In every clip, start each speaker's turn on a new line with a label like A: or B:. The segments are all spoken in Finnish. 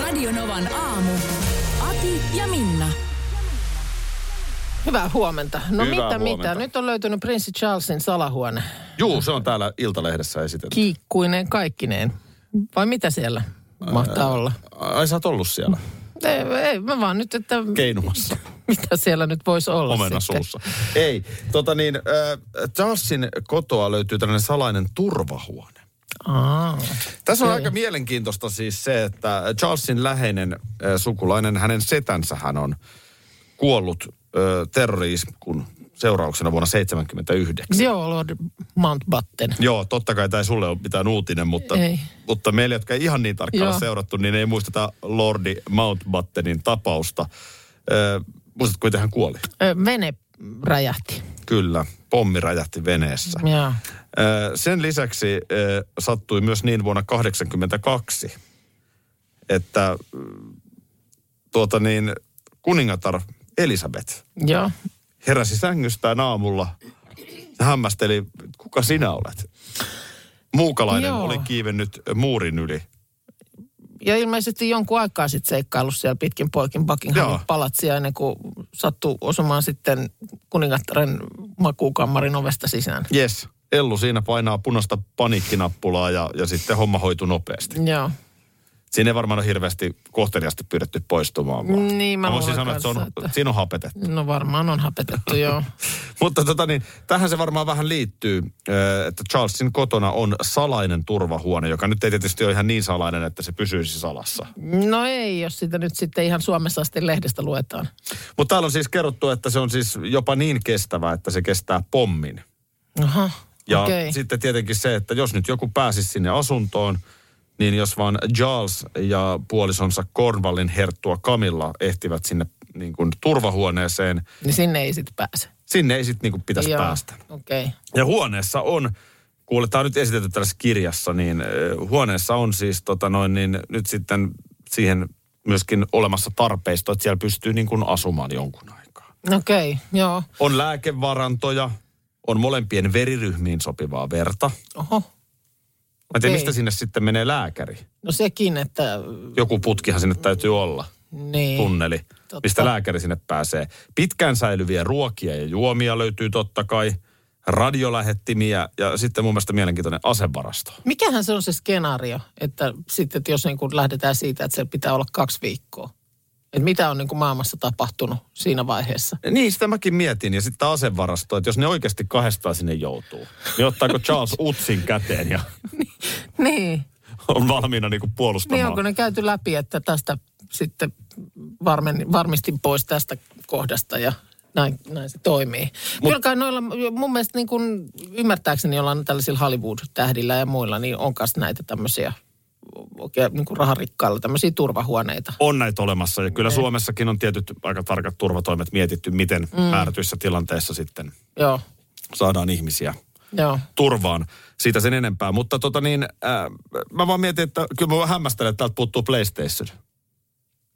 A: Radionovan aamu. Ati ja Minna.
B: Hyvää huomenta. No
C: Hyvää
B: mitä,
C: huomenta.
B: mitä? Nyt on löytynyt prinssi Charlesin salahuone.
C: Juu, se on täällä Iltalehdessä esitetty.
B: Kiikkuineen kaikkineen. Vai mitä siellä mahtaa olla?
C: Ai sä oot ollut siellä
B: Ei, ei, mä vaan nyt, että
C: keinumassa
B: mitä siellä nyt voisi olla
C: omena
B: sitten.
C: suussa. Ei, tota niin, äh, Charlesin kotoa löytyy tällainen salainen turvahuone.
B: Aa,
C: Tässä on aika mielenkiintoista siis se, että Charlesin läheinen äh, sukulainen, hänen setänsä hän on kuollut äh, terrori-iskun seurauksena vuonna 79.
B: Joo, Lord Mountbatten.
C: Joo, totta kai tämä ei sulle ole mitään uutinen, mutta,
B: Ei.
C: mutta meille, jotka ei ihan niin tarkkaan
B: Joo.
C: ole seurattu, niin ei muisteta Lordi Mountbattenin tapausta. Ö, muistatko, miten hän kuoli?
B: Ö, Vene räjähti.
C: Kyllä, pommi räjähti veneessä.
B: Joo.
C: Ö, sen lisäksi ö, sattui myös niin vuonna 1982, että mm, tuota niin, kuningatar Elisabeth
B: Joo.
C: heräsi sängystään aamulla ja hämmästeli, kuka sinä olet. Muukalainen
B: Joo.
C: Joo. oli kiivennyt muurin yli.
B: Ja ilmeisesti jonkun aikaa sitten seikkaillut siellä pitkin poikin Buckinghamin
C: Joo.
B: palatsia ennen kuin sattui osumaan sitten kuningattaren makuukammarin ovesta sisään.
C: Yes. Ellu siinä painaa punaista paniikkinappulaa ja, ja sitten homma hoituu nopeasti.
B: Joo.
C: Siinä ei varmaan ole hirveästi kohteliasti pyydetty poistumaan. vaan.
B: Niin, mä luulen
C: voisin sanoa, että, se on,
B: kanssa, että-
C: siinä on hapetettu.
B: No varmaan on hapetettu, joo.
C: Mutta tota niin, tähän se varmaan vähän liittyy, ö, että Charlesin kotona on salainen turvahuone, joka nyt ei tietysti ole ihan niin salainen, että se pysyisi salassa.
B: No ei, jos sitä nyt sitten ihan Suomessa asti lehdestä luetaan.
C: Mutta täällä on siis kerrottu, että se on siis jopa niin kestävä, että se kestää pommin.
B: Aha,
C: Ja
B: okei.
C: okay. sitten tietenkin se, että jos nyt joku pääsisi sinne asuntoon, niin jos vaan Charles ja puolisonsa Cornwallin herttua Camilla ehtivät sinne niin kuin turvahuoneeseen,
B: Niin sinne ei sitten pääse.
C: sinne ei sitten niin kuin pitäisi
B: Joo,
C: päästä.
B: Okei. Okay.
C: Ja huoneessa on, kuule, tämä on nyt esitetty tällaisessa kirjassa, niin ö, huoneessa on siis tota noin, niin nyt sitten siihen myöskin olemassa tarpeisto, että siellä pystyy niin kuin asumaan jonkun aikaa.
B: Okei, okay, joo.
C: On lääkevarantoja, on molempien veriryhmiin sopivaa verta.
B: Oho.
C: Mä en tiedä,
B: Okei.
C: mistä sinne sitten menee lääkäri.
B: No sekin, että
C: Joku putkihan sinne täytyy olla,
B: niin.
C: tunneli,
B: Totta.
C: mistä lääkäri sinne pääsee. Pitkään säilyviä ruokia ja juomia löytyy totta kai, radiolähettimiä ja sitten mun mielestä mielenkiintoinen asevarasto.
B: Mikähän se on se skenaario, että sitten että jos niin kuin lähdetään siitä, että se pitää olla kaksi viikkoa. Että mitä on niin kuin maailmassa tapahtunut siinä vaiheessa.
C: Niin, sitä mäkin mietin. Ja sitten asevarasto, että jos ne oikeasti kahdestaan sinne joutuu, niin ottaako Charles Utsin käteen ja
B: Niin.
C: on valmiina niinku puolustamaan.
B: Niin onko ne käyty läpi, että tästä sitten varmen, varmistin pois tästä kohdasta ja näin, näin se toimii. Mut, Kyllä kai noilla, mun mielestä niin kun, ymmärtääkseni jollain tällaisilla Hollywood-tähdillä ja muilla, niin on myös näitä tämmöisiä oikein niin kuin raharikkailla tämmöisiä turvahuoneita.
C: on näitä olemassa ja kyllä Suomessakin on tietyt aika tarkat turvatoimet mietitty, miten mm. määrätyissä tilanteissa sitten
B: Joo,
C: saadaan ihmisiä
B: joo.
C: turvaan. Siitä sen enempää. Mutta tota niin, äh, mä vaan mietin, että kyllä mä vaan hämmästelen, että täältä puuttuu PlayStation.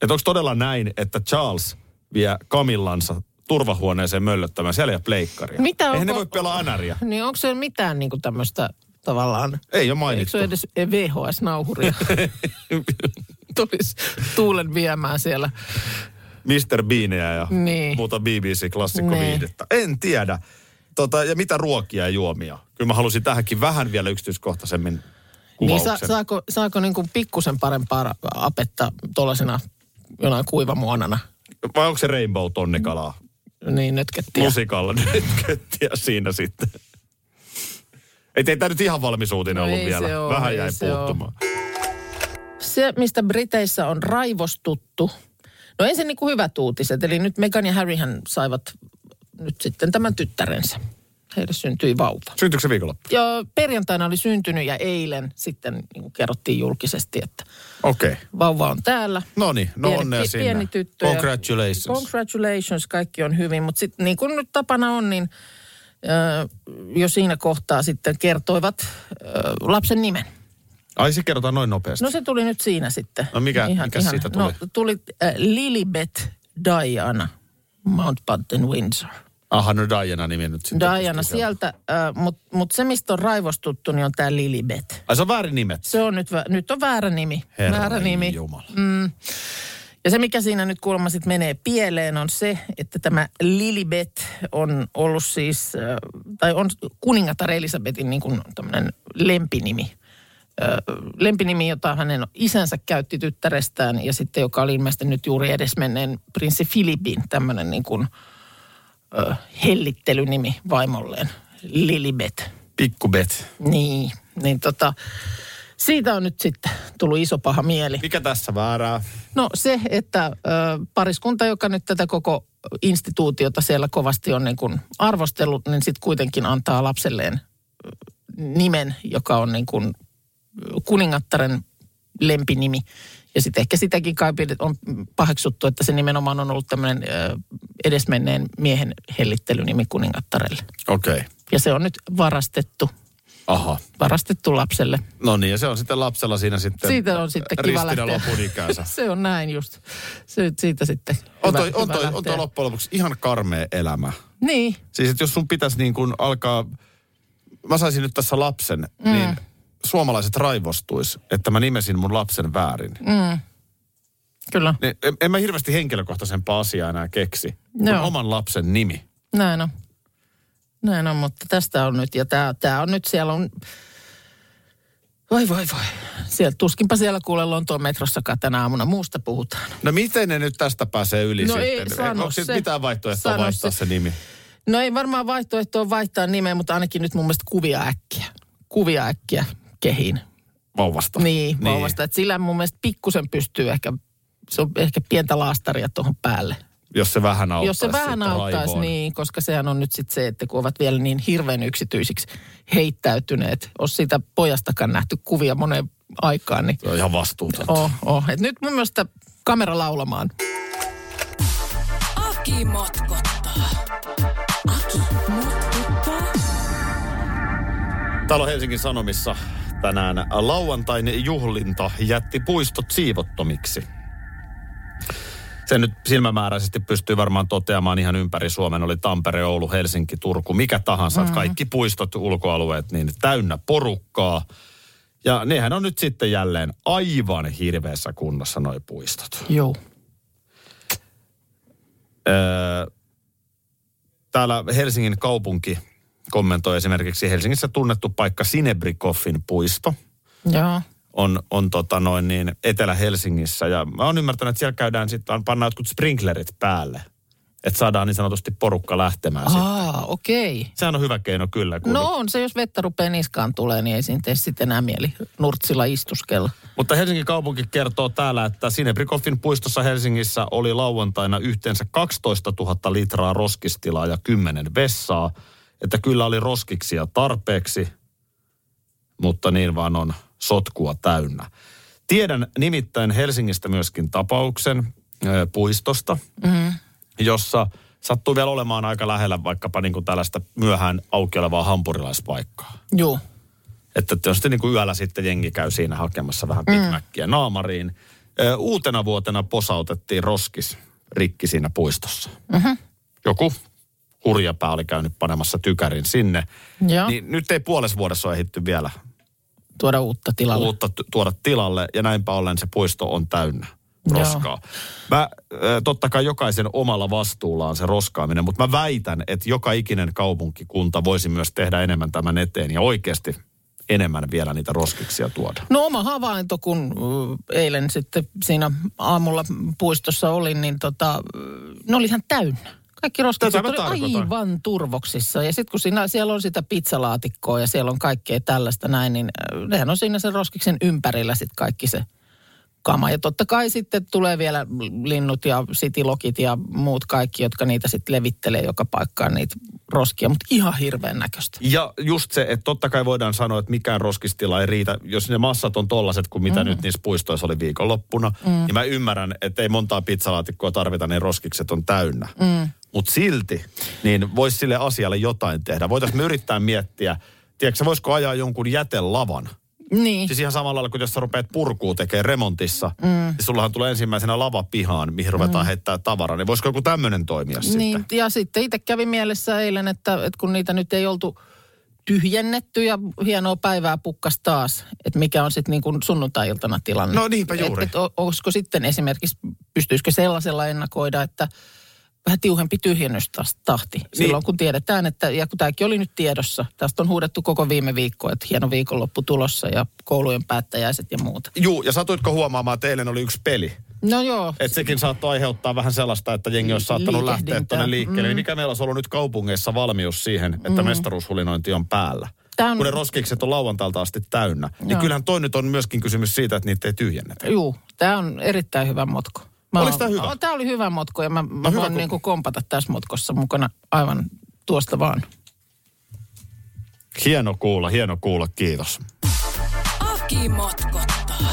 C: Että onko todella näin, että Charles vie Kamillansa turvahuoneeseen möllöttämään. Siellä ei ole pleikkaria.
B: Mitä
C: Eihän ne
B: onko-
C: voi pelaa NRiä.
B: Niin onko se mitään niin kuin tämmöistä tavallaan,
C: Ei ole
B: eikö
C: mainittu.
B: se ole edes VHS-nauhuria? Tulisi tuulen viemään siellä.
C: Mr. Beania ja
B: Niin.
C: niin. muuta BBC-klassikko
B: Niin.
C: viihdettä. En tiedä. Tota, ja mitä ruokia ja juomia? Kyllä mä halusin tähänkin vähän vielä yksityiskohtaisemmin
B: Niin
C: kuvauksen.
B: sa, saako, saako niin kuin pikkusen parempaa ra- apetta tuollaisena jonain kuivamuonana?
C: Vai onko se Rainbow tonnikalaa?
B: Niin nötkettiä.
C: Musikalla nyt köttiä siinä sitten. Ei tämä nyt ihan valmis uutinen
B: No
C: ollut
B: ei
C: vielä.
B: se oo,
C: vähän
B: ei
C: jäi
B: se
C: puuttumaan.
B: Se, mistä Briteissä on raivostuttu. No ensin niin kuin hyvät uutiset. Eli nyt Meghan ja Harryhän saivat nyt sitten tämän tyttärensä. heille syntyi vauva.
C: Syntyykö se viikonloppu?
B: Ja perjantaina oli syntynyt ja eilen sitten niin kuin kerrottiin julkisesti, että
C: Okei. Okay.
B: vauva on täällä.
C: No niin, no
B: Pieni-
C: onnea
B: pie-
C: sinne.
B: Pieni tyttö. ja-
C: Congratulations.
B: Congratulations, kaikki on hyvin. Mutta sitten niin kuin nyt tapana on, niin ö, jo siinä kohtaa sitten kertoivat ö, lapsen nimen.
C: Ai se kerrotaan noin nopeasti.
B: No se tuli nyt siinä sitten.
C: No mikä- mikä siitä tuli?
B: No tuli äh, Lilibet Diana, Mountbatten Windsor.
C: Aha, no Diana nimi nyt sitten.
B: Diana sieltä, äh, mutta mut se mistä on raivostuttu, niin on tämä Lilibet.
C: Ai se on väärin nimet.
B: Se on nyt, vä- nyt on väärä nimi. väärä nimi.
C: Jumala.
B: Ja se, mikä siinä nyt kuulemma sitten menee pieleen, on se, että tämä Lilibet on ollut siis, äh, tai on kuningatar Elisabetin niin kuin tämmöinen lempinimi. Ö, Lempinimi, jota hänen isänsä käytti tyttärestään ja sitten joka oli ilmeisesti nyt juuri edesmenneen prinssi Filipin tämmöinen niin kuin ö, hellittelynimi vaimolleen, Lilibet.
C: Pikkubet.
B: Niin, niin tota, siitä on nyt sitten tullut iso paha mieli.
C: Mikä tässä väärää?
B: No se, että ö, pariskunta, joka nyt tätä koko instituutiota siellä kovasti on niin kuin arvostellut, niin sitten kuitenkin antaa lapselleen ö, nimen, joka on niin kuin ö, kuningattaren lempinimi. Ja sitten ehkä sitäkin kai pidet- on paheksuttu, että se nimenomaan on ollut tämmöinen ö, edesmenneen miehen hellittelynimi kuningattarelle.
C: Okei. Okay.
B: Ja se on nyt varastettu,
C: Aha.
B: varastettu lapselle.
C: No niin, ja se on sitten lapsella siinä sitten
B: Siitä on sitten kiva
C: ristinä
B: lähteä.
C: lopun ikäänsä.
B: se on näin just. Se, siitä sitten
C: on, toi,
B: hyvä-
C: on,
B: hyvä
C: toi, on
B: lähteä.
C: toi loppujen lopuksi ihan karmea elämä.
B: Niin,
C: Siis että jos sun pitäisi niin kuin alkaa, mä saisin nyt tässä lapsen, mm. niin suomalaiset raivostuis, että mä nimesin mun lapsen väärin. Mm.
B: kyllä.
C: Niin, en, en mä hirveästi henkilökohtaisempaa asiaa enää keksi. No.
B: Joo.
C: oman lapsen nimi.
B: Näin on. Näin on, mutta tästä on nyt, ja tää, tää on nyt, siellä on... Voi voi voi. Siellä, tuskinpa siellä kuule Lontoon metrossakaan tänä aamuna, muusta puhutaan.
C: No miten ne nyt tästä pääsee yli
B: No ei,
C: sitten?
B: sano
C: Onko siitä
B: se.
C: mitään vaihtoehtoa
B: Sano
C: vaihtaa se.
B: se.
C: se nimi?
B: No ei varmaan vaihtoehtoa vaihtaa nimeä, mutta ainakin nyt mun mielestä kuvia äkkiä. Kuvia äkkiä kehiin.
C: Vauvasta.
B: Niin, niin. vauvasta. Et sillä mun mielestä pikkusen pystyy ehkä, se on ehkä pientä laastaria tuohon päälle.
C: Jos se vähän auttaisi.
B: Jos se vähän
C: sitten
B: auttaisi,
C: raivoon.
B: niin, koska sehän on nyt sitten se, että kun ovat vielä niin hirveän yksityisiksi heittäytyneet, olisi siitä pojastakaan nähty kuvia moneen aikaan, niin
C: Se on ihan vastuutonta.
B: oh, oh. Et nyt mun mielestä kamera laulamaan.
A: Aki motkottaa. Aki motkottaa.
C: Täällä on Helsingin Sanomissa tänään lauantain juhlinta jätti puistot siivottomiksi. Sen nyt silmämääräisesti pystyy varmaan toteamaan ihan ympäri Suomen. Oli Tampere, Oulu, Helsinki, Turku, mikä tahansa. Mm. Kaikki puistot, ulkoalueet, niin täynnä porukkaa. Ja nehän on nyt sitten jälleen aivan hirveässä kunnossa noi puistot.
B: Joo.
C: Öö, täällä Helsingin kaupunki kommentoi esimerkiksi Helsingissä tunnettu paikka Sinebrikoffin puisto –
B: Joo.
C: on, on tota noin niin Etelä-Helsingissä. Ja mä oon ymmärtänyt, että siellä käydään sitten, pannaan jotkut sprinklerit päälle. Että saadaan niin sanotusti porukka lähtemään Aha.
B: Aa, okei. Okay.
C: Sehän on hyvä keino kyllä. Kun...
B: No on se, jos vettä rupeaa niskaan tulee, niin ei siinä tee sitten enää mieli nurtsilla istuskella.
C: Mutta Helsingin kaupunki kertoo täällä, että Sinebrikoffin puistossa Helsingissä oli lauantaina yhteensä 12 000 litraa roskistilaa ja 10 vessaa. Että kyllä oli roskiksia tarpeeksi, mutta niin vaan on sotkua täynnä. Tiedän nimittäin Helsingistä myöskin tapauksen ö, puistosta, jossa sattuu vielä olemaan aika lähellä vaikkapa niin kuin tällaista myöhään auki olevaa hampurilaispaikkaa.
B: Joo.
C: Että tietysti niin kuin yöllä sitten jengi käy siinä hakemassa vähän Big Macia naamariin. Ö, Uutena vuotena posautettiin roskis rikki siinä puistossa. Mm-hmm. Joku hurjapää oli käynyt panemassa tykärin sinne.
B: Joo. Niin.
C: Niin nyt ei puolessa vuodessa ole ehditty vielä
B: Tuoda uutta tilalle.
C: uutta t- tuoda tilalle ja näinpä ollen se puisto on täynnä roskaa. Mä, ö, totta kai jokaisen omalla vastuulla on se roskaaminen, mutta mä väitän, että joka ikinen kaupunkikunta voisi myös tehdä enemmän tämän eteen ja oikeasti enemmän vielä niitä roskiksia tuoda.
B: No oma havainto, kun ö, eilen sitten siinä aamulla puistossa olin, niin tota, ö, ne oli ihan täynnä. Kaikki roskikset
C: Tätä mä
B: oli
C: tarkoitan.
B: aivan turvoksissa. Ja sitten kun siinä, siellä on sitä pizzalaatikkoa ja siellä on kaikkea tällaista näin, niin ö, nehän on siinä sen roskiksen ympärillä sitten kaikki se kama. Ja totta kai sitten tulee vielä linnut ja sitilokit ja muut kaikki, jotka niitä sitten levittelee joka paikkaan niitä roskia, mutta ihan hirveän näköistä.
C: Ja just se, että totta kai voidaan sanoa, että mikään roskistila ei riitä, jos ne massat on tollaset kuin mitä mm. nyt niissä puistoissa oli viikonloppuna. Mm. Niin mä ymmärrän, että ei montaa pizzalaatikkoa tarvita, niin roskikset on täynnä. Mm. Mutta silti, niin voisi sille asialle jotain tehdä. Voitaisiin me yrittää miettiä, tiedätkö voisiko ajaa jonkun jätelavan?
B: Niin.
C: Siis ihan samalla lailla kuin jos sä rupeat purkuu tekemään remontissa, mm. niin sullahan tulee ensimmäisenä lava pihaan, mihin ruvetaan mm. heittää tavaraa. Niin voisiko joku tämmöinen toimia
B: Niin,
C: sitten?
B: ja sitten itse kävi mielessä eilen, että, että kun niitä nyt ei oltu tyhjennetty ja hienoa päivää pukkas taas, että mikä on sitten niin kuin sunnuntai-iltana tilanne.
C: No niinpä juuri.
B: Että et, olisiko sitten esimerkiksi, pystyisikö sellaisella ennakoida, että vähän tiuhempi tyhjennystahti
C: Niin.
B: silloin, kun tiedetään, että, ja kun tämäkin oli nyt tiedossa, tästä on huudettu koko viime viikko, että hieno viikonloppu tulossa ja koulujen päättäjäiset ja muuta.
C: Juu, ja satuitko huomaamaan, että eilen oli yksi peli.
B: No joo,
C: Että sekin saattoi aiheuttaa vähän sellaista, että jengi olisi saattanut
B: Liikehdintää.
C: lähteä tuonne liikkeelle. Mm. Mikä meillä olisi ollut nyt kaupungeissa valmius siihen, että mm. mestaruushulinointi on päällä?
B: Tää on-
C: Kun ne roskikset on lauantailta asti täynnä. Niin
B: Joo.
C: kyllähän toi nyt on myöskin kysymys siitä, että niitä ei tyhjennetä.
B: Juu, tämä on erittäin hyvä motko.
C: Olis tää hyvä? No
B: Tämä oli hyvä motko ja mä, mä
C: hyvä,
B: voin
C: kun-
B: niinku kompata tässä motkossa mukana aivan tuosta vaan.
C: Hieno kuulla, hieno kuulla, kiitos.
A: Aki motkottaa.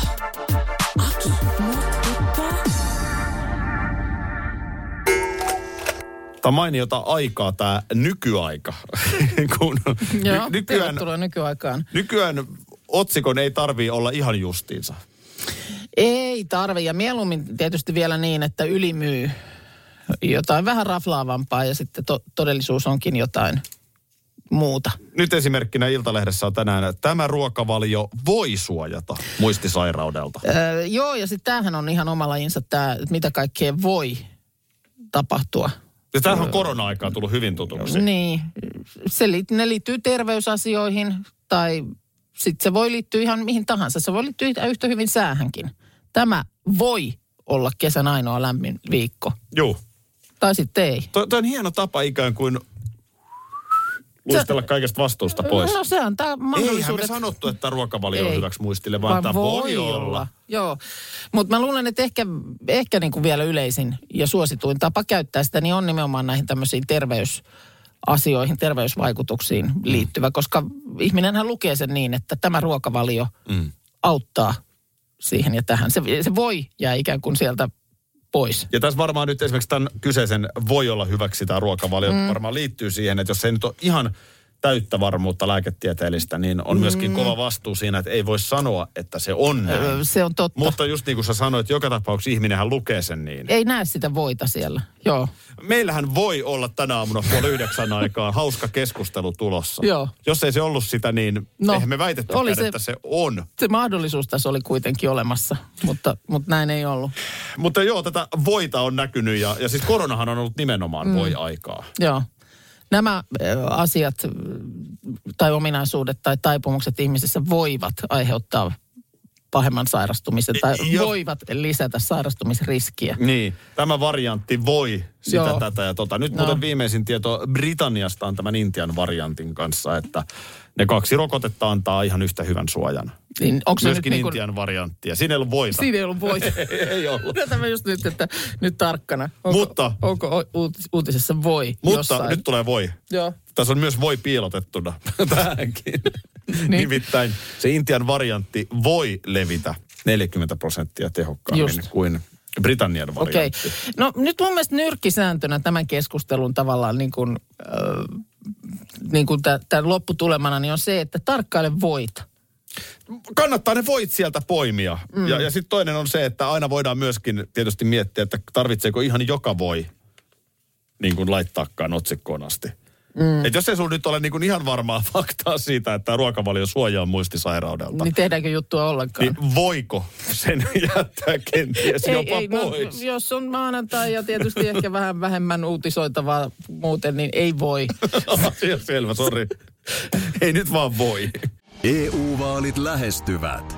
A: Aki motkottaa.
C: Tämä on mainiota aikaa, tämä nykyaika. Kun
B: Joo,
C: ny- nykyään,
B: tervetuloa nykyaikaan.
C: nykyään otsikon ei tarvii olla ihan justiinsa.
B: Ei tarve ja mieluummin tietysti vielä niin, että ylimyy jotain vähän raflaavampaa ja sitten to- todellisuus onkin jotain muuta.
C: Nyt esimerkkinä Iltalehdessä on tänään, että tämä ruokavalio voi suojata muistisairaudelta.
B: Öö, joo, ja sitten tämähän on ihan oma lajinsa tämä, että mitä kaikkea voi tapahtua.
C: Ja tämähän on korona-aikaa tullut hyvin tutuksi.
B: Niin, se, li- ne liittyy terveysasioihin tai sitten se voi liittyä ihan mihin tahansa. Se voi liittyä yhtä- yhtä hyvin säähänkin. Tämä voi olla kesän ainoa lämmin viikko.
C: Joo.
B: Tai sitten ei.
C: Toi, toi on hieno tapa ikään kuin luistella kaikesta vastuusta pois.
B: No se antaa
C: Eihän
B: mahdollisuudet.
C: me sanottu, että ruokavalio on
B: Ei.
C: hyväksi muistille, vaan, tämä voi olla.
B: Joo, mutta mä luulen, että ehkä, ehkä niin kuin vielä yleisin ja suosituin tapa käyttää sitä, niin on nimenomaan näihin tämmöisiin terveysasioihin, terveysvaikutuksiin
C: Mm.
B: liittyvä, koska ihminenhän lukee sen niin, että tämä ruokavalio mm. auttaa siihen ja tähän. Se, se voi jää ikään kuin sieltä pois.
C: Ja tässä varmaan nyt esimerkiksi tämän kyseisen voi olla hyväksi tämä ruokavalio. Mm. Varmaan liittyy siihen, että jos ei nyt ole ihan täyttä varmuutta lääketieteellistä, niin on
B: Mm.
C: myöskin kova vastuu siinä, että ei voi sanoa, että se on näin.
B: Öö, Se on totta.
C: Mutta just niin kuin sä sanoit, joka tapauksessa ihminenhän lukee sen niin.
B: Ei näe sitä voita siellä. Joo.
C: Meillähän voi olla tänä aamuna puoli yhdeksän aikaan hauska keskustelu tulossa.
B: Joo.
C: Jos ei se ollut sitä, niin no,
B: No,
C: eihän me väitettykään,
B: oli se-
C: että se on.
B: Se mahdollisuus tässä oli kuitenkin olemassa, mutta, mutta näin ei ollut.
C: Mutta joo, tätä voita on näkynyt ja, ja siis koronahan on ollut nimenomaan mm. voi-aikaa.
B: Joo. Nämä ö, asiat ö, tai ominaisuudet tai taipumukset ihmisessä voivat aiheuttaa pahemman sairastumisen tai
C: Joo.
B: voivat lisätä sairastumisriskiä.
C: Niin, tämä variantti voi sitä, Joo.
B: Joo.
C: tätä ja tota. Nyt no.
B: No.
C: muuten viimeisin tieto Britanniasta on tämän Intian variantin kanssa, että ne kaksi rokotetta antaa ihan yhtä hyvän suojan.
B: Niin onko se nyt
C: Myöskin
B: niin kuin,
C: Intian variantti ja siinä ei ollut voita.
B: Siinä No, ei ollut voita.
C: ei ollut.
B: Tätä mä just nyt, että nyt tarkkana. Onko,
C: Mutta-
B: Onko o- uutis, uutisessa voi
C: Mutta
B: jossain?
C: nyt tulee voi.
B: Joo.
C: Tässä on myös voi piilotettuna tähänkin. niin.
B: Niin.
C: Nimittäin se Intian variantti voi levitä 40 prosenttia tehokkaammin Just.
B: Just.
C: kuin Britannian
B: Okei.
C: variantti. Okay.
B: No nyt mun mielestä nyrkkisääntönä tämän keskustelun tavallaan niin kuin, äh, niin kuin tämän lopputulemana niin on se, että tarkkaile voita.
C: Kannattaa ne voit sieltä poimia. Mm. Ja, ja sitten toinen on se, että aina voidaan myöskin tietysti miettiä, että tarvitseeko ihan joka voi niin kuin laittaakaan otsikkoon asti. Mm. Et jos ei sulla nyt ole niin kuin ihan varmaa faktaa siitä, että ruokavalio suojaa muistisairaudelta,
B: Niin tehdäänkö juttua ollenkaan?
C: niin voiko sen jättää kenties jopa
B: no,
C: pois?
B: jos on maanantai ja tietysti ehkä vähän vähemmän uutisoitavaa muuten, niin ei voi.
C: Asia selvä, sori. Ei nyt vaan voi.
D: EU-vaalit E lähestyvät.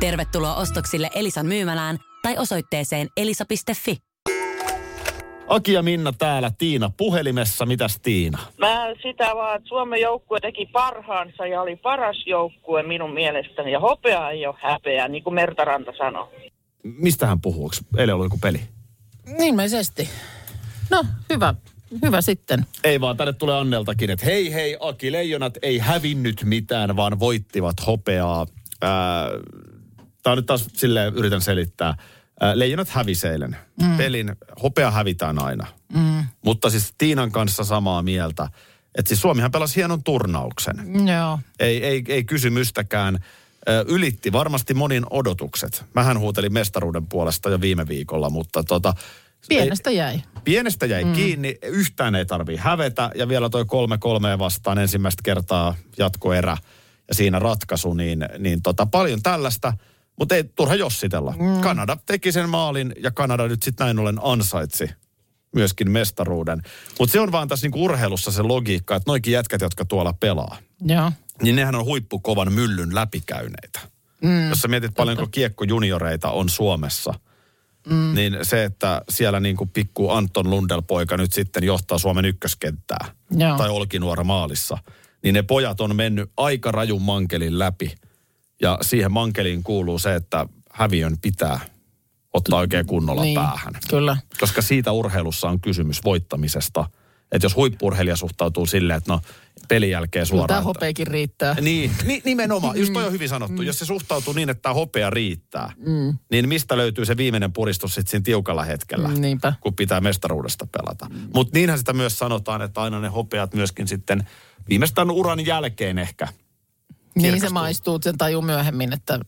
E: Tervetuloa ostoksille Elisan myymälään tai osoitteeseen elisa.fi.
C: Aki ja Minna täällä, Tiina puhelimessa. Mitäs Tiina?
F: Mä sitä vaan, että Suomen joukkue teki parhaansa ja oli paras joukkue minun mielestäni. Ja hopea ei ole häpeä, niin kuin Mertaranta sanoi.
C: Mistä hän puhuu? Onks Eilen ollut joku peli.
B: Ilmeisesti. No, hyvä. Hyvä sitten.
C: Ei vaan, tänne tulee Anneltakin, että hei hei, Aki Leijonat ei hävinnyt mitään, vaan voittivat hopeaa. Ää, tää on nyt taas silleen, yritän selittää. Ää, Leijonat hävisi eilen. Mm. Pelin hopea hävitään aina. Mm. Mutta siis Tiinan kanssa samaa mieltä. Että siis Suomihan pelasi hienon turnauksen.
B: Joo.
C: Ei, ei, ei kysymystäkään. Ö, Ylitti varmasti monin odotukset. Mähän huutelin mestaruuden puolesta jo viime viikolla, mutta tota...
B: Pienestä jäi.
C: Ei, pienestä jäi mm. kiinni, yhtään ei tarvii hävetä. Ja vielä toi kolme kolmeen vastaan ensimmäistä kertaa jatkoerä ja siinä ratkaisu, niin, niin tota, paljon tällaista. Mutta ei turha jossitella. Mm. Kanada teki sen maalin ja Kanada nyt sitten näin ollen ansaitsi myöskin mestaruuden. Mutta se on vaan tässä niinku urheilussa se logiikka, että noikin jätkät, jotka tuolla pelaa,
B: Joo.
C: niin nehän on huippukovan myllyn läpikäyneitä. Mm, Jos sä mietit paljonko kiekkojunioreita on Suomessa, mm. niin se, että siellä niin kuin pikku Anton Lundel-poika nyt sitten johtaa Suomen ykköskenttää
B: Joo.
C: tai Olkinuora maalissa, niin ne pojat on mennyt aika rajun mankelin läpi. Ja siihen mankeliin kuuluu se, että häviön pitää ottaa oikein kunnolla niin. päähän.
B: Kyllä.
C: Koska siitä urheilussa on kysymys voittamisesta. Että jos huippurheilija suhtautuu silleen, että no pelin jälkeen
B: Kyllä
C: suoraan...
B: tämä
C: että-
B: hopeakin riittää.
C: niin, ni, nimenomaan. Just toi on hyvin sanottu. Jos se suhtautuu niin, että tämä hopea riittää, niin mistä löytyy se viimeinen puristus sitten siinä tiukalla hetkellä,
B: Mm, niinpä.
C: kun pitää mestaruudesta pelata. Mutta niinhän sitä myös sanotaan, että aina ne hopeat myöskin sitten viimeistään uran jälkeen ehkä.
B: Niin se
C: kirkastuu.
B: maistuu, sen tajuu myöhemmin, että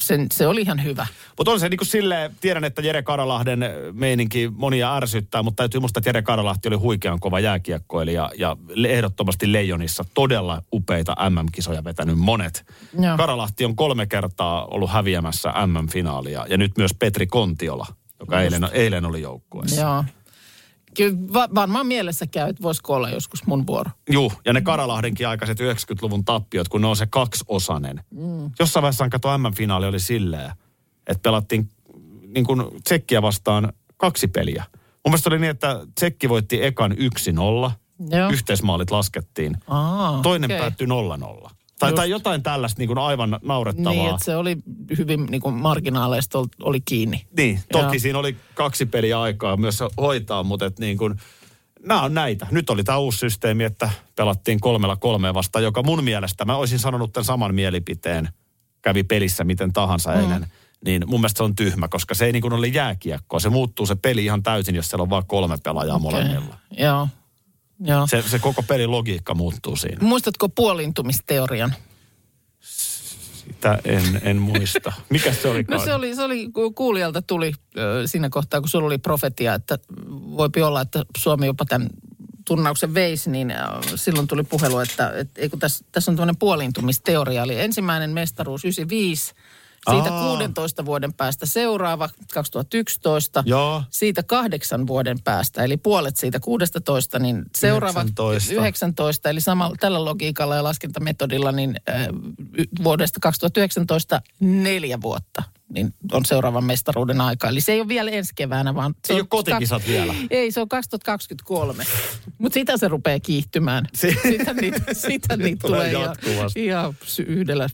B: sen, se oli ihan hyvä.
C: Mutta on se niin kuin silleen, tiedän, että Jere Karalahden äh, meininki monia ärsyttää, mutta täytyy muistaa, että Jere Karalahti oli huikean kova jääkiekkoilija ja le- ehdottomasti Leijonissa todella upeita MM-kisoja vetänyt monet.
B: Joo.
C: Karalahti on kolme kertaa ollut häviämässä MM-finaalia ja nyt myös Petri Kontiola, joka eilen, eilen oli joukkueessa.
B: Joo. Kyllä va- varmaan mielessä käy, että voisiko olla joskus mun vuoro.
C: Juu, ja ne Karalahdenkin aikaiset 90-luvun tappiot, kun ne on se kaksiosainen. Mm. Jossain vaiheessa kato M-finaali oli silleen, että pelattiin niin kuin tsekkiä vastaan kaksi peliä. Mun mielestä oli niin, että tsekki voitti ekan 1-0,
B: Joo.
C: yhteismaalit laskettiin.
B: Aa,
C: Toinen
B: okei.
C: okay. päättyi 0-0. Tai, tai jotain tällaista niin kuin aivan naurettavaa.
B: Niin, että se oli hyvin niin kuin marginaaleista ol- oli kiinni.
C: Niin, toki
B: Joo.
C: siinä oli kaksi peliä aikaa myös hoitaa, mutta et niin kuin, nämä on näitä. Nyt oli tämä uusi systeemi, että pelattiin kolmella kolmeen vastaan, joka mun mielestä, mä olisin sanonut tämän saman mielipiteen, kävi pelissä miten tahansa mm. eilen, niin mun mielestä se on tyhmä, koska se ei niin kuin ole jääkiekkoa. Se muuttuu se peli ihan täysin, jos siellä on vain kolme pelaajaa okay. molemmilla.
B: Okei. Joo. Joo. Se...
C: Se, se koko pelin logiikka muuttuu siinä.
B: Muistatko puolintumisteorian?
C: Sitä en, en muista. Mikä se oli?
B: No se oli, se oli, ku- kuulijalta tuli ö, siinä kohtaa, kun sulla oli profetia, että voipi olla, että Suomi jopa tämän turnauksen veisi, niin ö, silloin tuli puhelu, että, että ei kun tässä, tässä on tämmöinen puolintumisteoria. Eli ensimmäinen mestaruus 95, siitä
C: Aa.
B: Aa. 16 vuoden päästä seuraava 2011,
C: Joo.
B: siitä kahdeksan vuoden päästä, eli puolet siitä 16, niin seuraavat
C: 19.
B: 19, eli samalla, tällä logiikalla ja laskentametodilla, niin äh, y- vuodesta 2019 neljä vuotta niin on seuraavan mestaruuden aika. Eli se ei ole vielä ensi keväänä, vaan...
C: Ei
B: on
C: ole kotikisat vielä.
B: Ei, se on 2023. Mutta sitä se rupeaa kiihtymään.
C: Si-
B: Sitä niitä, sitä niitä
C: tulee
B: tulee ihan,
C: jatkuvasti.
B: ihan sy- yhdellä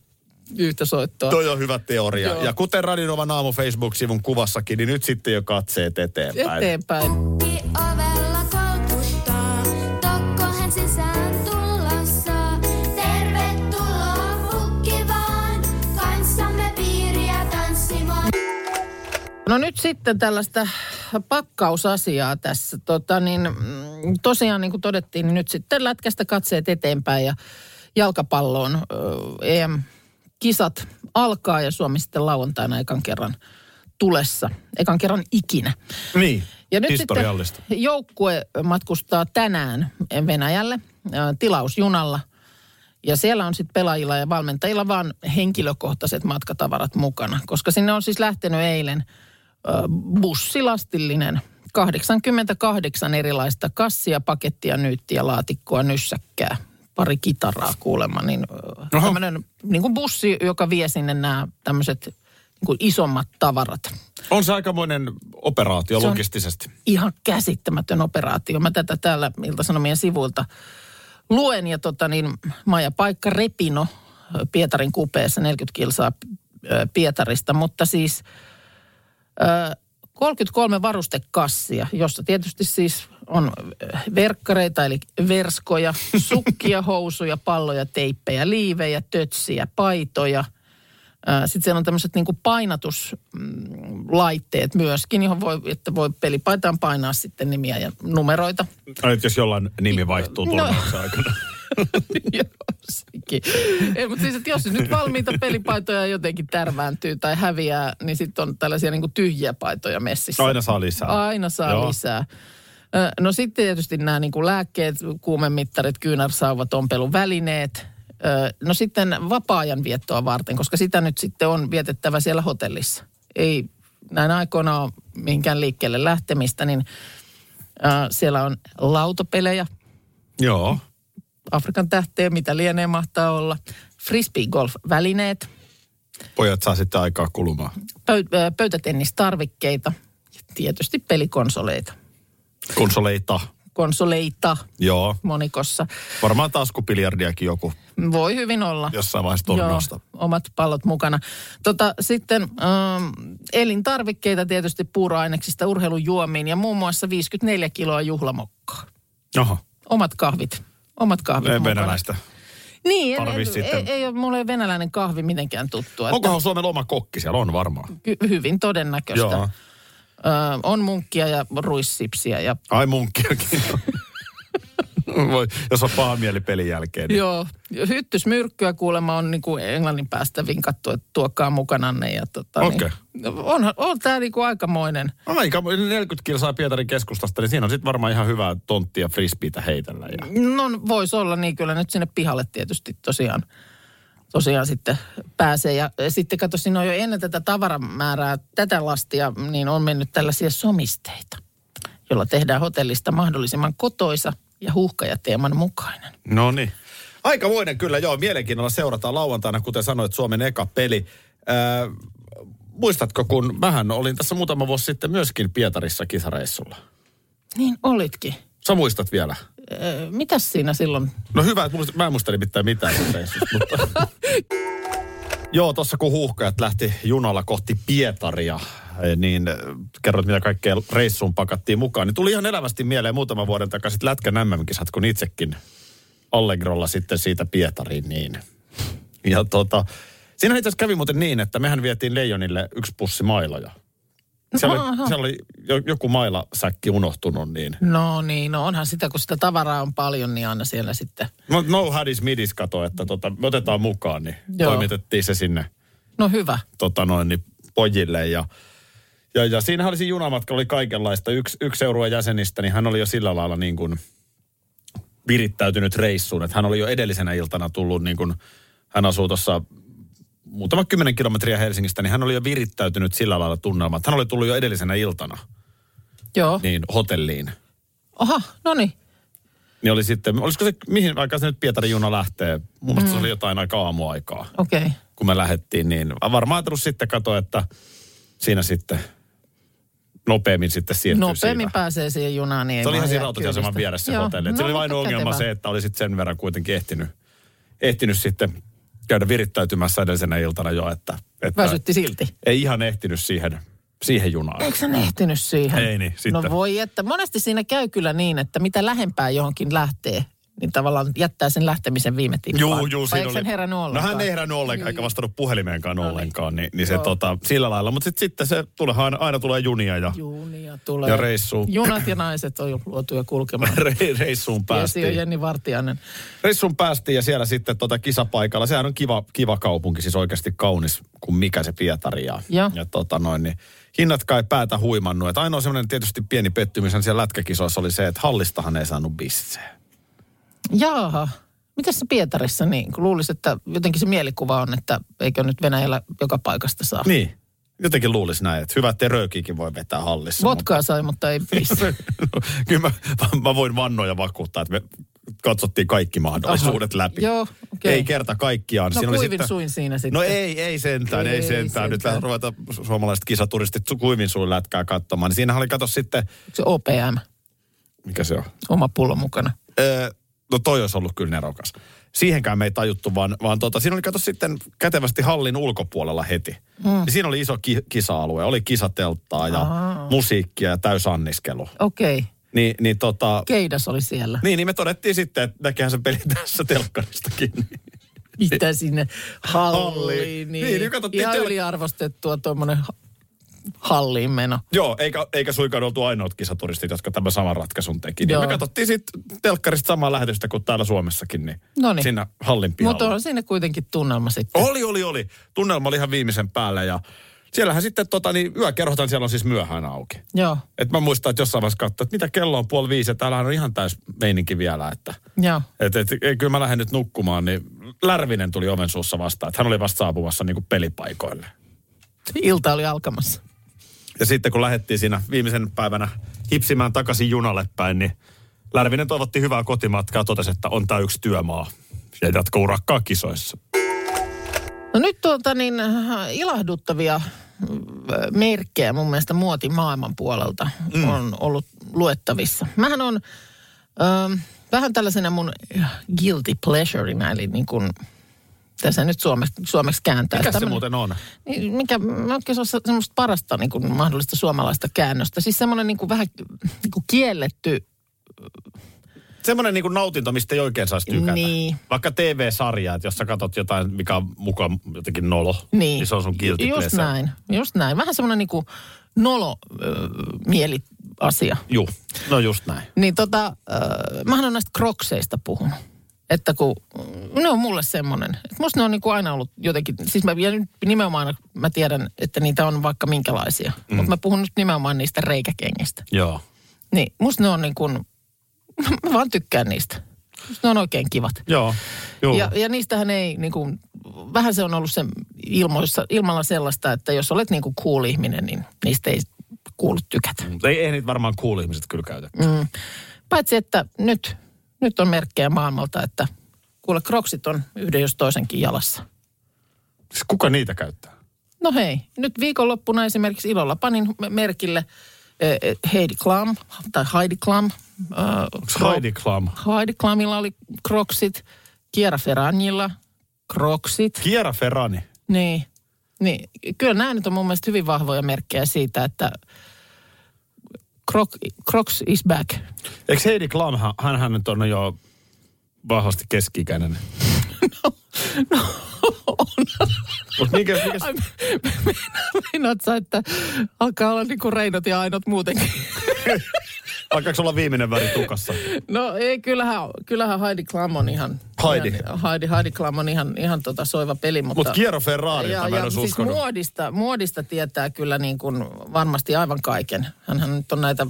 B: yhtä soittoa.
C: Toi on hyvä teoria. Joo.
B: Joo.
C: Ja kuten Radinovan aamu Facebook-sivun kuvassakin, niin nyt sitten jo katseet eteenpäin.
B: Eteenpäin.
G: Kukki ovella kolkuttaa, tokkohan sisään tullessa. Tervetuloa pukki vaan, kanssamme
B: No nyt sitten tällaista pakkausasiaa tässä. Tota niin, mm, tosiaan niin kuin todettiin, niin nyt sitten lätkästä katseet eteenpäin ja jalkapalloon ö, EM-kisat alkaa ja Suomi sitten lauantaina ekan kerran tulessa. Ekan kerran ikinä.
C: Niin,
B: Ja nyt
C: historiallista.
B: sitten joukkue matkustaa tänään Venäjälle ö, tilausjunalla. Ja siellä on sitten pelaajilla ja valmentajilla vaan henkilökohtaiset matkatavarat mukana, koska sinne on siis lähtenyt eilen ö, bussilastillinen 88 erilaista kassia, pakettia, nyyttiä, laatikkoa, nyssäkkää, pari kitaraa kuulemma. Niin, ö,
C: Oho.
B: tämmönen, niin kuin bussi, joka vie sinne nämä tämmöiset niin kuin isommat tavarat.
C: On se aikamoinen operaatio
B: Se on-
C: logistisesti.
B: ihan käsittämätön operaatio. Mä tätä täällä Ilta-Sanomien sivuilta luen ja tota niin, Maija Paikka Repino ö, Pietarin kupeessa 40 kilsaa ö, Pietarista, mutta siis ö, 33 varustekassia, jossa tietysti siis on ö, verkkareita eli verskoja, sukkia, housuja, palloja, teippejä, liivejä, tötsiä, paitoja – sitten siellä on tämmöiset niinku painatuslaitteet myöskin, johon voi, että voi pelipaitaan painaa sitten nimiä ja numeroita.
C: Ai, nyt jos jollain nimi vaihtuu
B: No.
C: turnauksen aikana.
B: Jossakin. Ei, mutta siis, että jos nyt valmiita pelipaitoja jotenkin tärvääntyy tai häviää, niin sitten on tällaisia niinku tyhjiä paitoja messissä.
C: Aina saa lisää.
B: Aina saa
C: Joo.
B: lisää. Ö, No sitten tietysti nämä niin lääkkeet, kuumemittarit, kyynärsauvat, ompeluvälineet. Ö, No sitten vapaa-ajan viettoa varten, koska sitä nyt sitten on vietettävä siellä hotellissa. Ei näin aikoina ole mihinkään liikkeelle lähtemistä, niin ö, siellä on lautapelejä,
C: Joo.
B: Afrikan tähteä, mitä lienee mahtaa olla, frisbee-golf-välineet,
C: Pojat saa sitten aikaa kulumaan.
B: pöy- ö, pöytätennistarvikkeita ja tietysti pelikonsoleita.
C: Konsoleita.
B: Konsoleita
C: Joo.
B: monikossa.
C: Varmaan taskubiljardiakin joku
B: Voi hyvin olla.
C: jossain vaiheessa turnausta.
B: Joo, omat pallot mukana. Tota, sitten ähm, elintarvikkeita tietysti puuroaineksista urheilujuomiin ja muun muassa 54 kiloa juhlamokkaa.
C: Oho.
B: Omat kahvit. Omat kahvit
C: Ei
B: mukana.
C: venäläistä.
B: Niin,
C: tarvi
B: ei, ei,
C: sitten.
B: ei, ole mulle venäläinen kahvi mitenkään tuttua.
C: Onkohan Suomen oma kokki siellä? On varmaan.
B: Hy- hyvin todennäköistä.
C: Joo.
B: Ö, on munkkia ja ruissipsiä ja
C: Ai munkkiakin. Voi, jos on paha mieli pelin jälkeen. Niin.
B: Joo, hyttysmyrkkyä kuulemma on niin kuin englannin päästä vinkattu, että tuokaa mukananne. Ja tota,
C: Okei.
B: niin, on, on tämä niin kuin aikamoinen.
C: Aika, 40 niin, kilsaa Pietarin keskustasta, niin siinä on sitten varmaan ihan hyvää tonttia frisbeitä heitellä. Ja...
B: No voisi olla niin kyllä nyt sinne pihalle tietysti tosiaan, tosiaan sitten pääsee. Ja sitten kato, siinä on jo ennen tätä tavaramäärää, tätä lastia, niin on mennyt tällaisia somisteita, jolla tehdään hotellista mahdollisimman kotoisa ja huuhkajateeman mukainen.
C: No niin. Aikamoinen kyllä, joo. Mielenkiinnolla seurataan lauantaina, kuten sanoit, Suomen eka peli. Ää, muistatko, kun mähän olin tässä muutama vuosi sitten myöskin Pietarissa kisareissulla?
B: Niin olitkin.
C: Sä muistat vielä?
B: Ö, mitäs siinä silloin
C: No hyvä, että muistat, mä en muista nimittäin mitään siitä reissusta, mutta... Joo, tuossa kun huuhkajat lähti junalla kohti Pietaria, eh, niin eh, kerroit, mitä kaikkea reissuun pakattiin mukaan. Niin tuli ihan elävästi mieleen muutaman vuoden takaisin Lätkän MM-kisat, kun itsekin Allegrolla sitten siitä Pietariin niin. Ja tota, siinä itse asiassa kävi muuten niin, että mehän vietiin Leijonille yksi pussi mailoja. Siellä oli,
B: Aha.
C: siellä oli jo- joku mailasäkki unohtunut, niin
B: No niin, no onhan sitä, kun sitä tavaraa on paljon, niin aina siellä sitten.
C: No, no hadis midis kato, että tota, me otetaan mukaan, niin Joo.
B: Joo.
C: toimitettiin se sinne
B: No hyvä.
C: tota noin, niin pojille ja ja, ja siinähän oli siinä junamatkalla oli kaikenlaista. Yksi, yksi euroa jäsenistä, niin hän oli jo sillä lailla niin kuin virittäytynyt reissuun. Että hän oli jo edellisenä iltana tullut niin kuin, hän asuu tuossa muutama kymmenen kilometriä Helsingistä, niin hän oli jo virittäytynyt sillä lailla tunnelma. Että hän oli tullut jo edellisenä iltana
B: Joo. Niin.
C: niin hotelliin.
B: Oha, no niin.
C: Niin oli sitten, olisiko se, mihin aikaan se nyt Pietarin juna lähtee? Mun mielestä se oli jotain aika aamuaikaa.
B: Okei. Okay.
C: kun me lähdettiin, niin varmaan Trus sitten katsoi, että siinä sitten nopeammin sitten siirtyy
B: Nopeammin
C: siitä.
B: pääsee siihen junaan, niin ei
C: Se oli
B: vaan
C: ihan siinä
B: jää
C: rautatieaseman
B: kyydistä.
C: vieressä se
B: Joo.
C: hotelli. No, se oli vain
B: mutta
C: ongelma
B: kätevä.
C: se, että oli sitten sen verran kuitenkin ehtinyt, ehtinyt sitten käydä virittäytymässä edellisenä iltana jo, että, että
B: Väsytti silti.
C: ei ihan ehtinyt siihen, siihen junaan.
B: Eikö sä ehtinyt siihen?
C: Ei niin,
B: No
C: sitten.
B: voi että. Monesti siinä käy kyllä niin, että mitä lähempää johonkin lähtee, niin tavallaan jättää sen lähtemisen viime tippaan.
C: Juu, juu,
B: Vai eikö sen herännyt ollenkaan?
C: No hän ei herännyt ollenkaan, eikä vastannut puhelimeenkaan
B: niin.
C: ollenkaan, niin, niin se
B: Joo.
C: tota, sillä lailla. Mutta sit, sitten se tulee, aina, aina tulee junia ja
B: Junia tulee.
C: Ja reissuun.
B: Junat ja naiset on jo luotu jo kulkemaan.
C: re- reissuun
B: Päästiin.
C: päästiin.
B: Jenni Vartiainen.
C: Reissuun päästiin ja siellä sitten tota kisapaikalla. Sehän on kiva, kiva kaupunki, siis oikeasti kaunis kuin mikä se Pietari. Ja,
B: Joo.
C: ja tota noin, niin hinnat kai päätä huimannut. Et ainoa semmoinen tietysti pieni pettymys siellä lätkäkisoissa oli se, että hallistahan ei saanut bisseä.
B: Jaaha. Mitäs se Pietarissa niin? Kun luulisi, että jotenkin se mielikuva on, että eikö nyt Venäjällä joka paikasta saa.
C: Niin. Jotenkin luulisi näin, että hyvä, että röökiikin voi vetää hallissa.
B: Votkaa sai, mutta ei pisse.
C: No, Kyllä mä, mä voin vannoja vakuuttaa, että me katsottiin kaikki mahdollisuudet Aha. läpi.
B: Joo, okei.
C: Ei kerta kaikkiaan.
B: No
C: Siinä oli
B: kuivin suin siinä sitten.
C: No ei, ei sentään, ei,
B: Ei
C: ei sentään. Nyt
B: sentään.
C: lähdetään ruveta suomalaiset kisaturistit su- kuivin suin lätkää katsomaan. Niin siinähän oli, kato sitten,
B: Se OPM,
C: mikä se on?
B: oma pullo mukana.
C: Öö, no toi olisi ollut kyllä nerokas. Siihenkään me ei tajuttu, vaan, vaan tota, siinä oli kato sitten kätevästi hallin ulkopuolella heti. Mm. Siinä oli iso ki- kisa-alue, oli kisatelttaa ja Aha. musiikkia ja täysanniskelu.
B: Okei.
C: Ni, niin tota,
B: Keidas oli siellä.
C: Niin, niin me todettiin sitten, että näkehän se peli tässä telkkaristakin.
B: Mitä sinne
C: Niin. Halli.
B: halliin.
C: Niin, niin katsottiin
B: Ihan
C: tele-
B: yliarvostettua tuommoinen halliin meno.
C: Joo, eikä, eikä suinkaan oltu ainoat kisaturistit, jotka tämän saman ratkaisun teki. Niin
B: Joo.
C: me katsottiin sitten telkkarista samaa lähetystä kuin täällä Suomessakin, niin
B: Noniin.
C: siinä hallin pihalla.
B: Mutta on siinä kuitenkin tunnelma sitten.
C: Oli, oli, oli. Tunnelma oli ihan viimeisen päällä ja siellähän sitten tota, niin yökerhotan siellä on siis myöhään auki.
B: Joo,
C: Et mä muistan, että jossain vaiheessa katsoin, että mitä kello on puoli viisi ja täällähän on ihan täys meininki vielä, että
B: joo.
C: et, et, et, kyllä mä lähden nyt nukkumaan, niin Lärvinen tuli oven suussa vastaan, että hän oli vasta saapumassa niin kuin pelipaikoille.
B: Ilta oli alkamassa.
C: Ja sitten kun lähdettiin siinä viimeisen päivänä hipsimään takaisin junalle päin, niin Lärvinen toivotti hyvää kotimatkaa ja totesi, että on tää yksi työmaa. Ja jatko urakkaa kisoissa.
B: No nyt tuota niin äh, ilahduttavia mm, merkkejä mun mielestä muoti maailman puolelta mm. on ollut luettavissa. Mähän on ähm, vähän tällaisena mun guilty pleasureina, eli niin kuin, tässä nyt suomeksi, suomeksi kääntää.
C: Mikä se
B: Tämmönen-
C: muuten on?
B: Niin, mikä, mä oikein se on se- semmoista parasta niin kuin mahdollista suomalaista käännöstä. Siis semmoinen niin kuin vähän niin kuin kielletty
C: Semmoinen niin nautinto, mistä ei oikein saisi tykätä.
B: Niin.
C: Vaikka TV-sarjaa, että jos sä katsot jotain, mikä on mukaan jotenkin nolo,
B: Niin.
C: niin se on sun guilty
B: Just
C: pleasure.
B: näin, just näin. Vähän semmoinen niinku nolo ö, mieliasia.
C: Juu, no just näin.
B: Niin tota, ö, mähän on näistä krokseista puhunut. Että kun, mm, ne on mulle semmoinen. Että musta ne on niinku aina ollut jotenkin, siis mä ja nyt nimenomaan mä tiedän, että niitä on vaikka minkälaisia. Mm. Mutta mä puhun nyt nimenomaan niistä reikäkengistä.
C: Joo.
B: Niin musta ne on niinku, mä vaan tykkään niistä. Musta ne on oikein kivat.
C: Joo. Joo.
B: Ja, ja niistähän ei, niin kuin, vähän se on ollut se ilmoissa, ilmalla sellaista, että jos olet niin kuin cool ihminen, niin niistä ei kuulu tykätä.
C: Mutta ei, ei niitä varmaan cool ihmiset kyllä käytä.
B: Mm. Paitsi, että nyt, nyt on merkkejä maailmalta, että kuule kroksit on yhden jos toisenkin jalassa.
C: Siis kuka niitä käyttää?
B: No hei, nyt viikonloppuna esimerkiksi ilolla panin me- merkille eh, eh, Heidi Klum tai Heidi Klum. eh,
C: Onko
B: No.
C: Heidi Klum?
B: Heidi Klumilla oli kroksit, Kiera Ferranjilla kroksit.
C: Kiera Ferrani.
B: Niin. niin. Kyllä nämä nyt on mun mielestä hyvin vahvoja merkkejä siitä, että Croc, Crocs is back.
C: Eikö Heidi Klum, hän, hän nyt on jo vahvasti keski-ikäinen?
B: no,
C: No, no mikä, mikä,
B: Ai, Meinaat sä, että alkaa olla niin kuin reinot ja ainot muutenkin.
C: alkaako olla viimeinen väri tukassa?
B: No ei, kyllähän, kyllähän Heidi Klum on ihan...
C: Heidi.
B: Ihan, Heidi, Heidi Klum on ihan, ihan tota soiva peli, mutta...
C: Mutta Kiero Ferrari, jota mä en olisi
B: siis
C: uskonut.
B: muodista, muodista tietää kyllä niin kuin varmasti aivan kaiken. Hänhän nyt on näitä,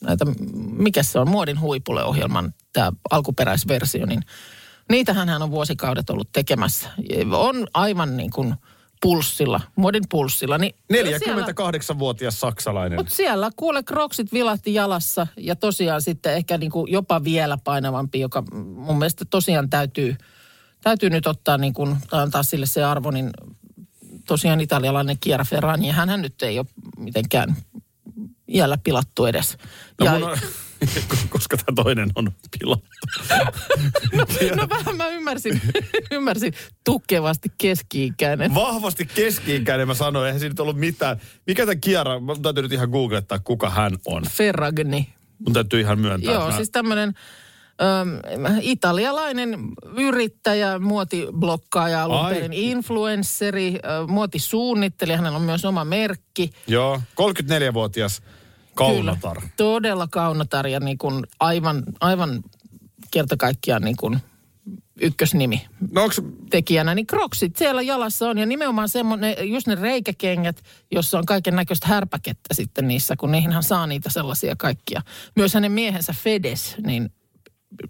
B: näitä, mikä se on, muodin huipulle ohjelman tämä alkuperäisversio, niin niitähän hän on vuosikaudet ollut tekemässä. On aivan niin kuin pulssilla, muodin pulssilla. Niin Siellä,
C: 48-vuotias saksalainen.
B: mutta siellä kuule kroksit vilahti jalassa ja tosiaan sitten ehkä niin kuin jopa vielä painavampi, joka mun mielestä tosiaan täytyy, täytyy nyt ottaa niin kuin, tai antaa sille se arvo, niin tosiaan italialainen Chiara Ferragni, hänhän nyt ei ole mitenkään iällä pilattu edes.
C: No mun on, koska tämä toinen on pilattu.
B: no vähän mä ymmärsin, ymmärsin tukevasti keski-ikäinen.
C: Vahvasti keski-ikäinen mä sanoin, eihän siinä nyt ollut mitään. Mikä tämä Kiera, mä täytyy nyt ihan googlettaa, kuka hän on.
B: Ferragni.
C: Mun täytyy ihan myöntää.
B: Joo,
C: että mä-
B: siis tämmöinen Öm, italialainen yrittäjä, muotiblokkaaja, alun
C: Ai.
B: perin influensseri, ö, muotisuunnittelija. Hänellä on myös oma merkki.
C: Joo, 34-vuotias kaunotar.
B: Kyllä, todella kaunotar ja niin kuin aivan, aivan kerta kaikkiaan niin kuin ykkösnimi
C: No onks,
B: tekijänä, niin kroksit siellä jalassa on. Ja nimenomaan semmoinen, just ne reikäkengät, jossa on kaiken näköistä härpäkettä sitten niissä, kun niihinhän saa niitä sellaisia kaikkia. Myös hänen miehensä Fedes, niin,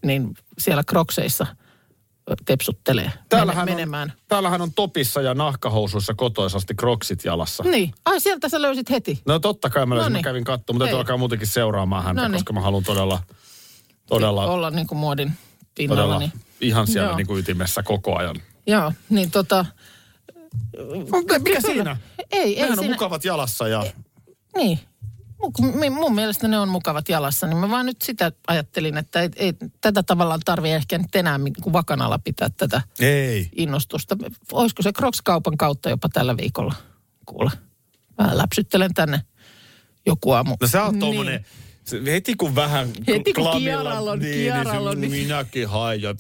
B: niin siellä krokseissa tepsuttelee
C: täällähän,
B: mene-
C: on,
B: menemään.
C: täällähän on topissa ja nahkahousuissa kotoisasti kroksit jalassa.
B: Niin, ai sieltä sä löysit heti.
C: No totta kai mä, löysin, mä
B: Noniin.
C: kävin katsomaan, mutta täytyy
B: Ei.
C: alkaa muutenkin seuraamaan häntä,
B: Noniin.
C: koska mä haluan todella, todella,
B: Olla niin kuin muodin pinnalla.
C: todella
B: Niin.
C: ihan siellä
B: Joo.
C: niin kuin ytimessä koko ajan.
B: Joo, niin tota...
C: Mikä
B: kyllä.
C: siinä?
B: Ei, ei
C: Nehän on
B: siinä.
C: mukavat jalassa ja
B: Niin. Mun- mi- Mun mielestä ne on mukavat jalassa, niin mä vaan nyt sitä ajattelin, että ei, ei tätä tavallaan tarvii ehkä nyt enää mi- niinku vakanalla pitää tätä
C: ei.
B: innostusta. Olisiko se Crocs-kaupan kautta jopa tällä viikolla? Kuule, mä läpsyttelen tänne joku aamu.
C: No sä oot tommonen, se- heti kun vähän
B: Niin. Heti kun
C: klamilla,
B: kiaralla on,
C: niin,
B: kiaralla on,
C: niin, se
B: niin-
C: minäkin haen. Ja...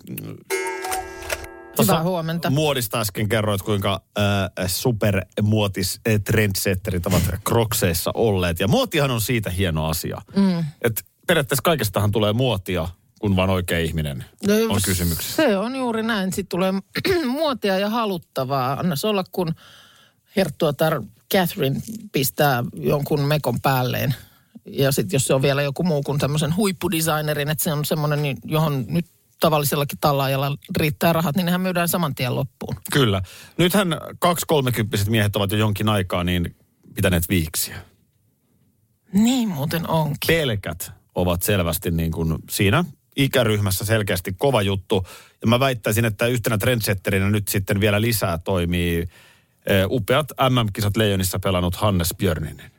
B: Hyvää huomenta.
C: Muodista äsken kerroit, kuinka äh, supermuotis äh, trendsetterit ovat krokseissa olleet. Ja muotihan on siitä hieno asia. Mm. Et periaatteessa kaikestahan tulee muotia, kun vaan oikea ihminen
B: No,
C: on kysymyksessä.
B: Se on juuri näin. Sitten tulee muotia ja haluttavaa. Anna se olla, kun herttuatar Catherine pistää jonkun mekon päälleen. Ja sitten jos se on vielä joku muu kuin tämmöisen huippudesignerin, että se on semmoinen, niin- johon nyt tavallisellakin tallaajalla riittää rahat, niin nehän myydään saman tien loppuun.
C: Kyllä. Nythän kaksi kolmekymppiset miehet ovat jo jonkin aikaa niin pitäneet viiksiä.
B: Niin muuten onkin.
C: pelkät ovat selvästi niin kuin siinä ikäryhmässä selkeästi kova juttu. Ja mä väittäisin, että yhtenä trendsetterinä nyt sitten vielä lisää toimii eh, upeat MM-kisat Leijonissa pelannut Hannes Björninen.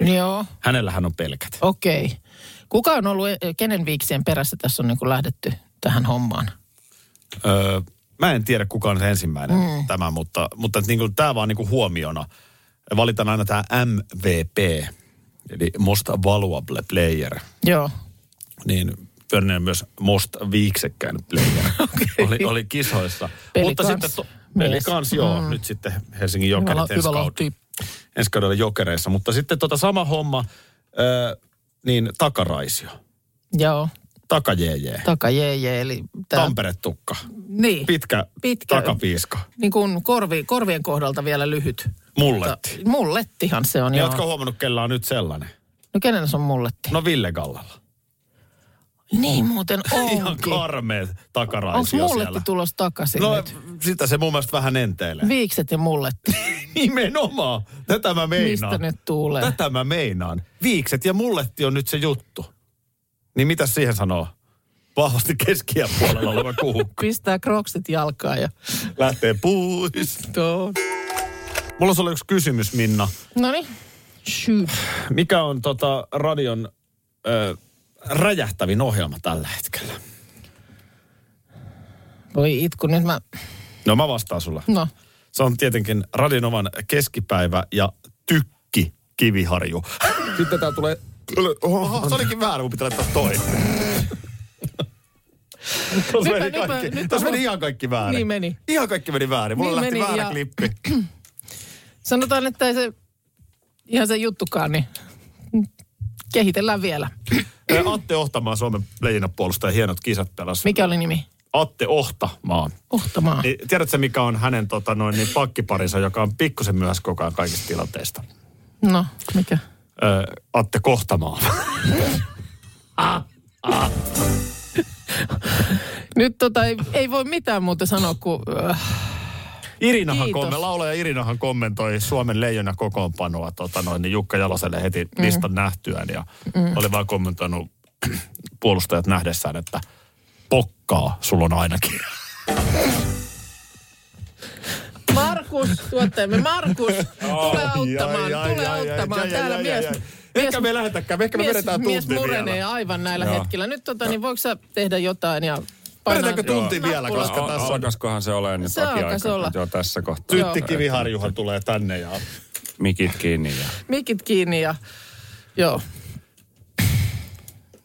B: Joo,
C: Hänellähän on pelkät.
B: okei. Okay. Kuka on ollut, eh, kenen viiksien perässä tässä on niin kuin lähdetty tähän hommaan?
C: Öö, mä en tiedä, kuka on se ensimmäinen mm. tämä, mutta, mutta niin kuin, tämä vaan niin kuin huomiona. Valitaan aina tämä MVP, eli Most Valuable Player.
B: Joo,
C: niin Pörninen myös most viiksekkäin player okay. oli, oli kisoissa. Mutta
B: Pelikans
C: sitten to,
B: mies.
C: pelikans, joo, mm. nyt sitten Helsingin
B: Hyvä
C: Jokerit
B: la-
C: ensi,
B: hyvä
C: kaudella,
B: lahti.
C: ensi kaudella Jokereissa. Mutta sitten tota sama homma, ö, niin takaraisio,
B: joo.
C: takajeejee,
B: Taka JJ, eli tämä
C: Tampere-tukka,
B: Niin,
C: pitkä, pitkä
B: Pitkä.
C: takapiiska,
B: niin kuin korvi, korvien kohdalta vielä lyhyt.
C: mulletti.
B: Ta- Mullettihan se on,
C: Niin
B: joo.
C: ootko huomannut, kellä on nyt sellainen?
B: No kenen se on mulletti?
C: No Ville Gallalla.
B: Niin muuten
C: Ihan
B: onkin.
C: karmea
B: Onko
C: takaraisio
B: mulletti
C: siellä.
B: tulos takaisin no,
C: No
B: nyt?
C: sitä se mun mielestä vähän enteilee.
B: Viikset ja mulletti.
C: Nimenomaan. Tätä mä meinaan.
B: Mistä nyt tulee?
C: Tätä mä meinaan. Viikset ja mulletti on nyt se juttu. Niin mitä siihen sanoo? Vahvasti keskiä puolella oleva kuhukka.
B: Pistää kroksit jalkaan ja...
C: Lähtee pois.
B: Tuo.
C: Mulla olisi ollut yksi kysymys, Minna.
B: Noniin. No niin. Shoot.
C: Mikä on tota radion ö, räjähtävin ohjelma tällä hetkellä?
B: Voi itku, nyt mä...
C: No mä vastaan sulle.
B: No,
C: Se on tietenkin Radinovan keskipäivä ja tykki kiviharju. Sitten tää tulee... Oho, se olikin väärä, mun pitää laittaa toi. Tässä
B: Nytpä-
C: meni,
B: nytpä-
C: kaikki,
B: nytpä-
C: Tässä meni ihan kaikki väärin.
B: Niin meni.
C: Ihan kaikki meni väärin. Mulla
B: Niin
C: lähti
B: meni,
C: väärä
B: ja-
C: klippi.
B: sanotaan, että ei se... Ihan se juttukaan, niin kehitellään vielä.
C: Ö, Atte Ohtamaa, Suomen leijinapuolustaja, hienot kisat pelas.
B: Mikä oli nimi?
C: Atte Ohtamaa.
B: Ohtamaa.
C: Niin, tiedätkö, mikä on hänen tota, noin, niin pakkiparinsa, joka on pikkusen myöhässä koko ajan kaikista tilanteista?
B: No, mikä?
C: Ö, Atte Kohtamaa.
B: Nyt tota ei, ei voi mitään muuta sanoa kuin... Äh,
C: Irinahan
B: Kiitos.
C: kommentoi, laulaja Irinahan kommentoi Suomen leijona kokoonpanoa tota noin, niin Jukka Jaloselle heti mm. listan nähtyään ja mm. oli vaan kommentoinut puolustajat nähdessään, että pokkaa sulla on ainakin.
B: Markus, tuottajamme Markus, tule auttamaan,
C: Ai, ai,
B: tule
C: ai, ai,
B: auttamaan.
C: ai,
B: Täällä
C: ai,
B: mies...
C: ai, ai. Ehkä me ei lähetäkään, ehkä me
B: mies,
C: vedetään
B: mies
C: tunti
B: murenee
C: vielä.
B: aivan näillä
H: Joo.
B: hetkillä. Nyt tota, niin voiko sä tehdä jotain ja
C: Vedetäänkö tunti vielä,
B: nappulat?
C: koska tässä on...
H: Alkaskohan se ole nyt
B: Se alkas olla.
H: Joo, tässä kohtaa.
C: Tytti Kiviharjuhan tulee tänne ja...
H: Mikit kiinni ja...
B: Mikit kiinni ja... Joo.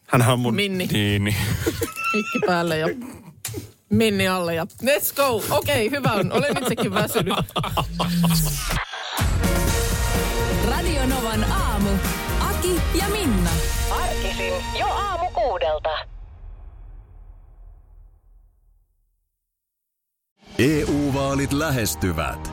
C: Hänhän on mun...
B: Minni.
C: Niin, niin.
B: Mikki päälle ja Minni alle ja let's go. Okei, okay, hyvä on. Olen itsekin väsynyt.
A: Radio Novan aamu. Aki ja Minna.
H: Arkisin jo aamu kuudelta.
D: EU-vaalit E lähestyvät.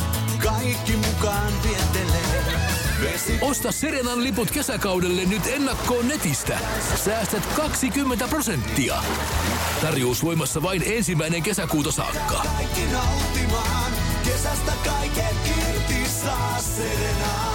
I: Kaikki mukaan vientelee. Vesi,
J: Osta Serenan liput kesäkaudelle nyt ennakkoon netistä. Säästät 20 prosenttia. Tarjous voimassa vain ensimmäinen kesäkuuta saakka.
I: kaikki nauttimaan. Kesästä kaiken irti saa Serena.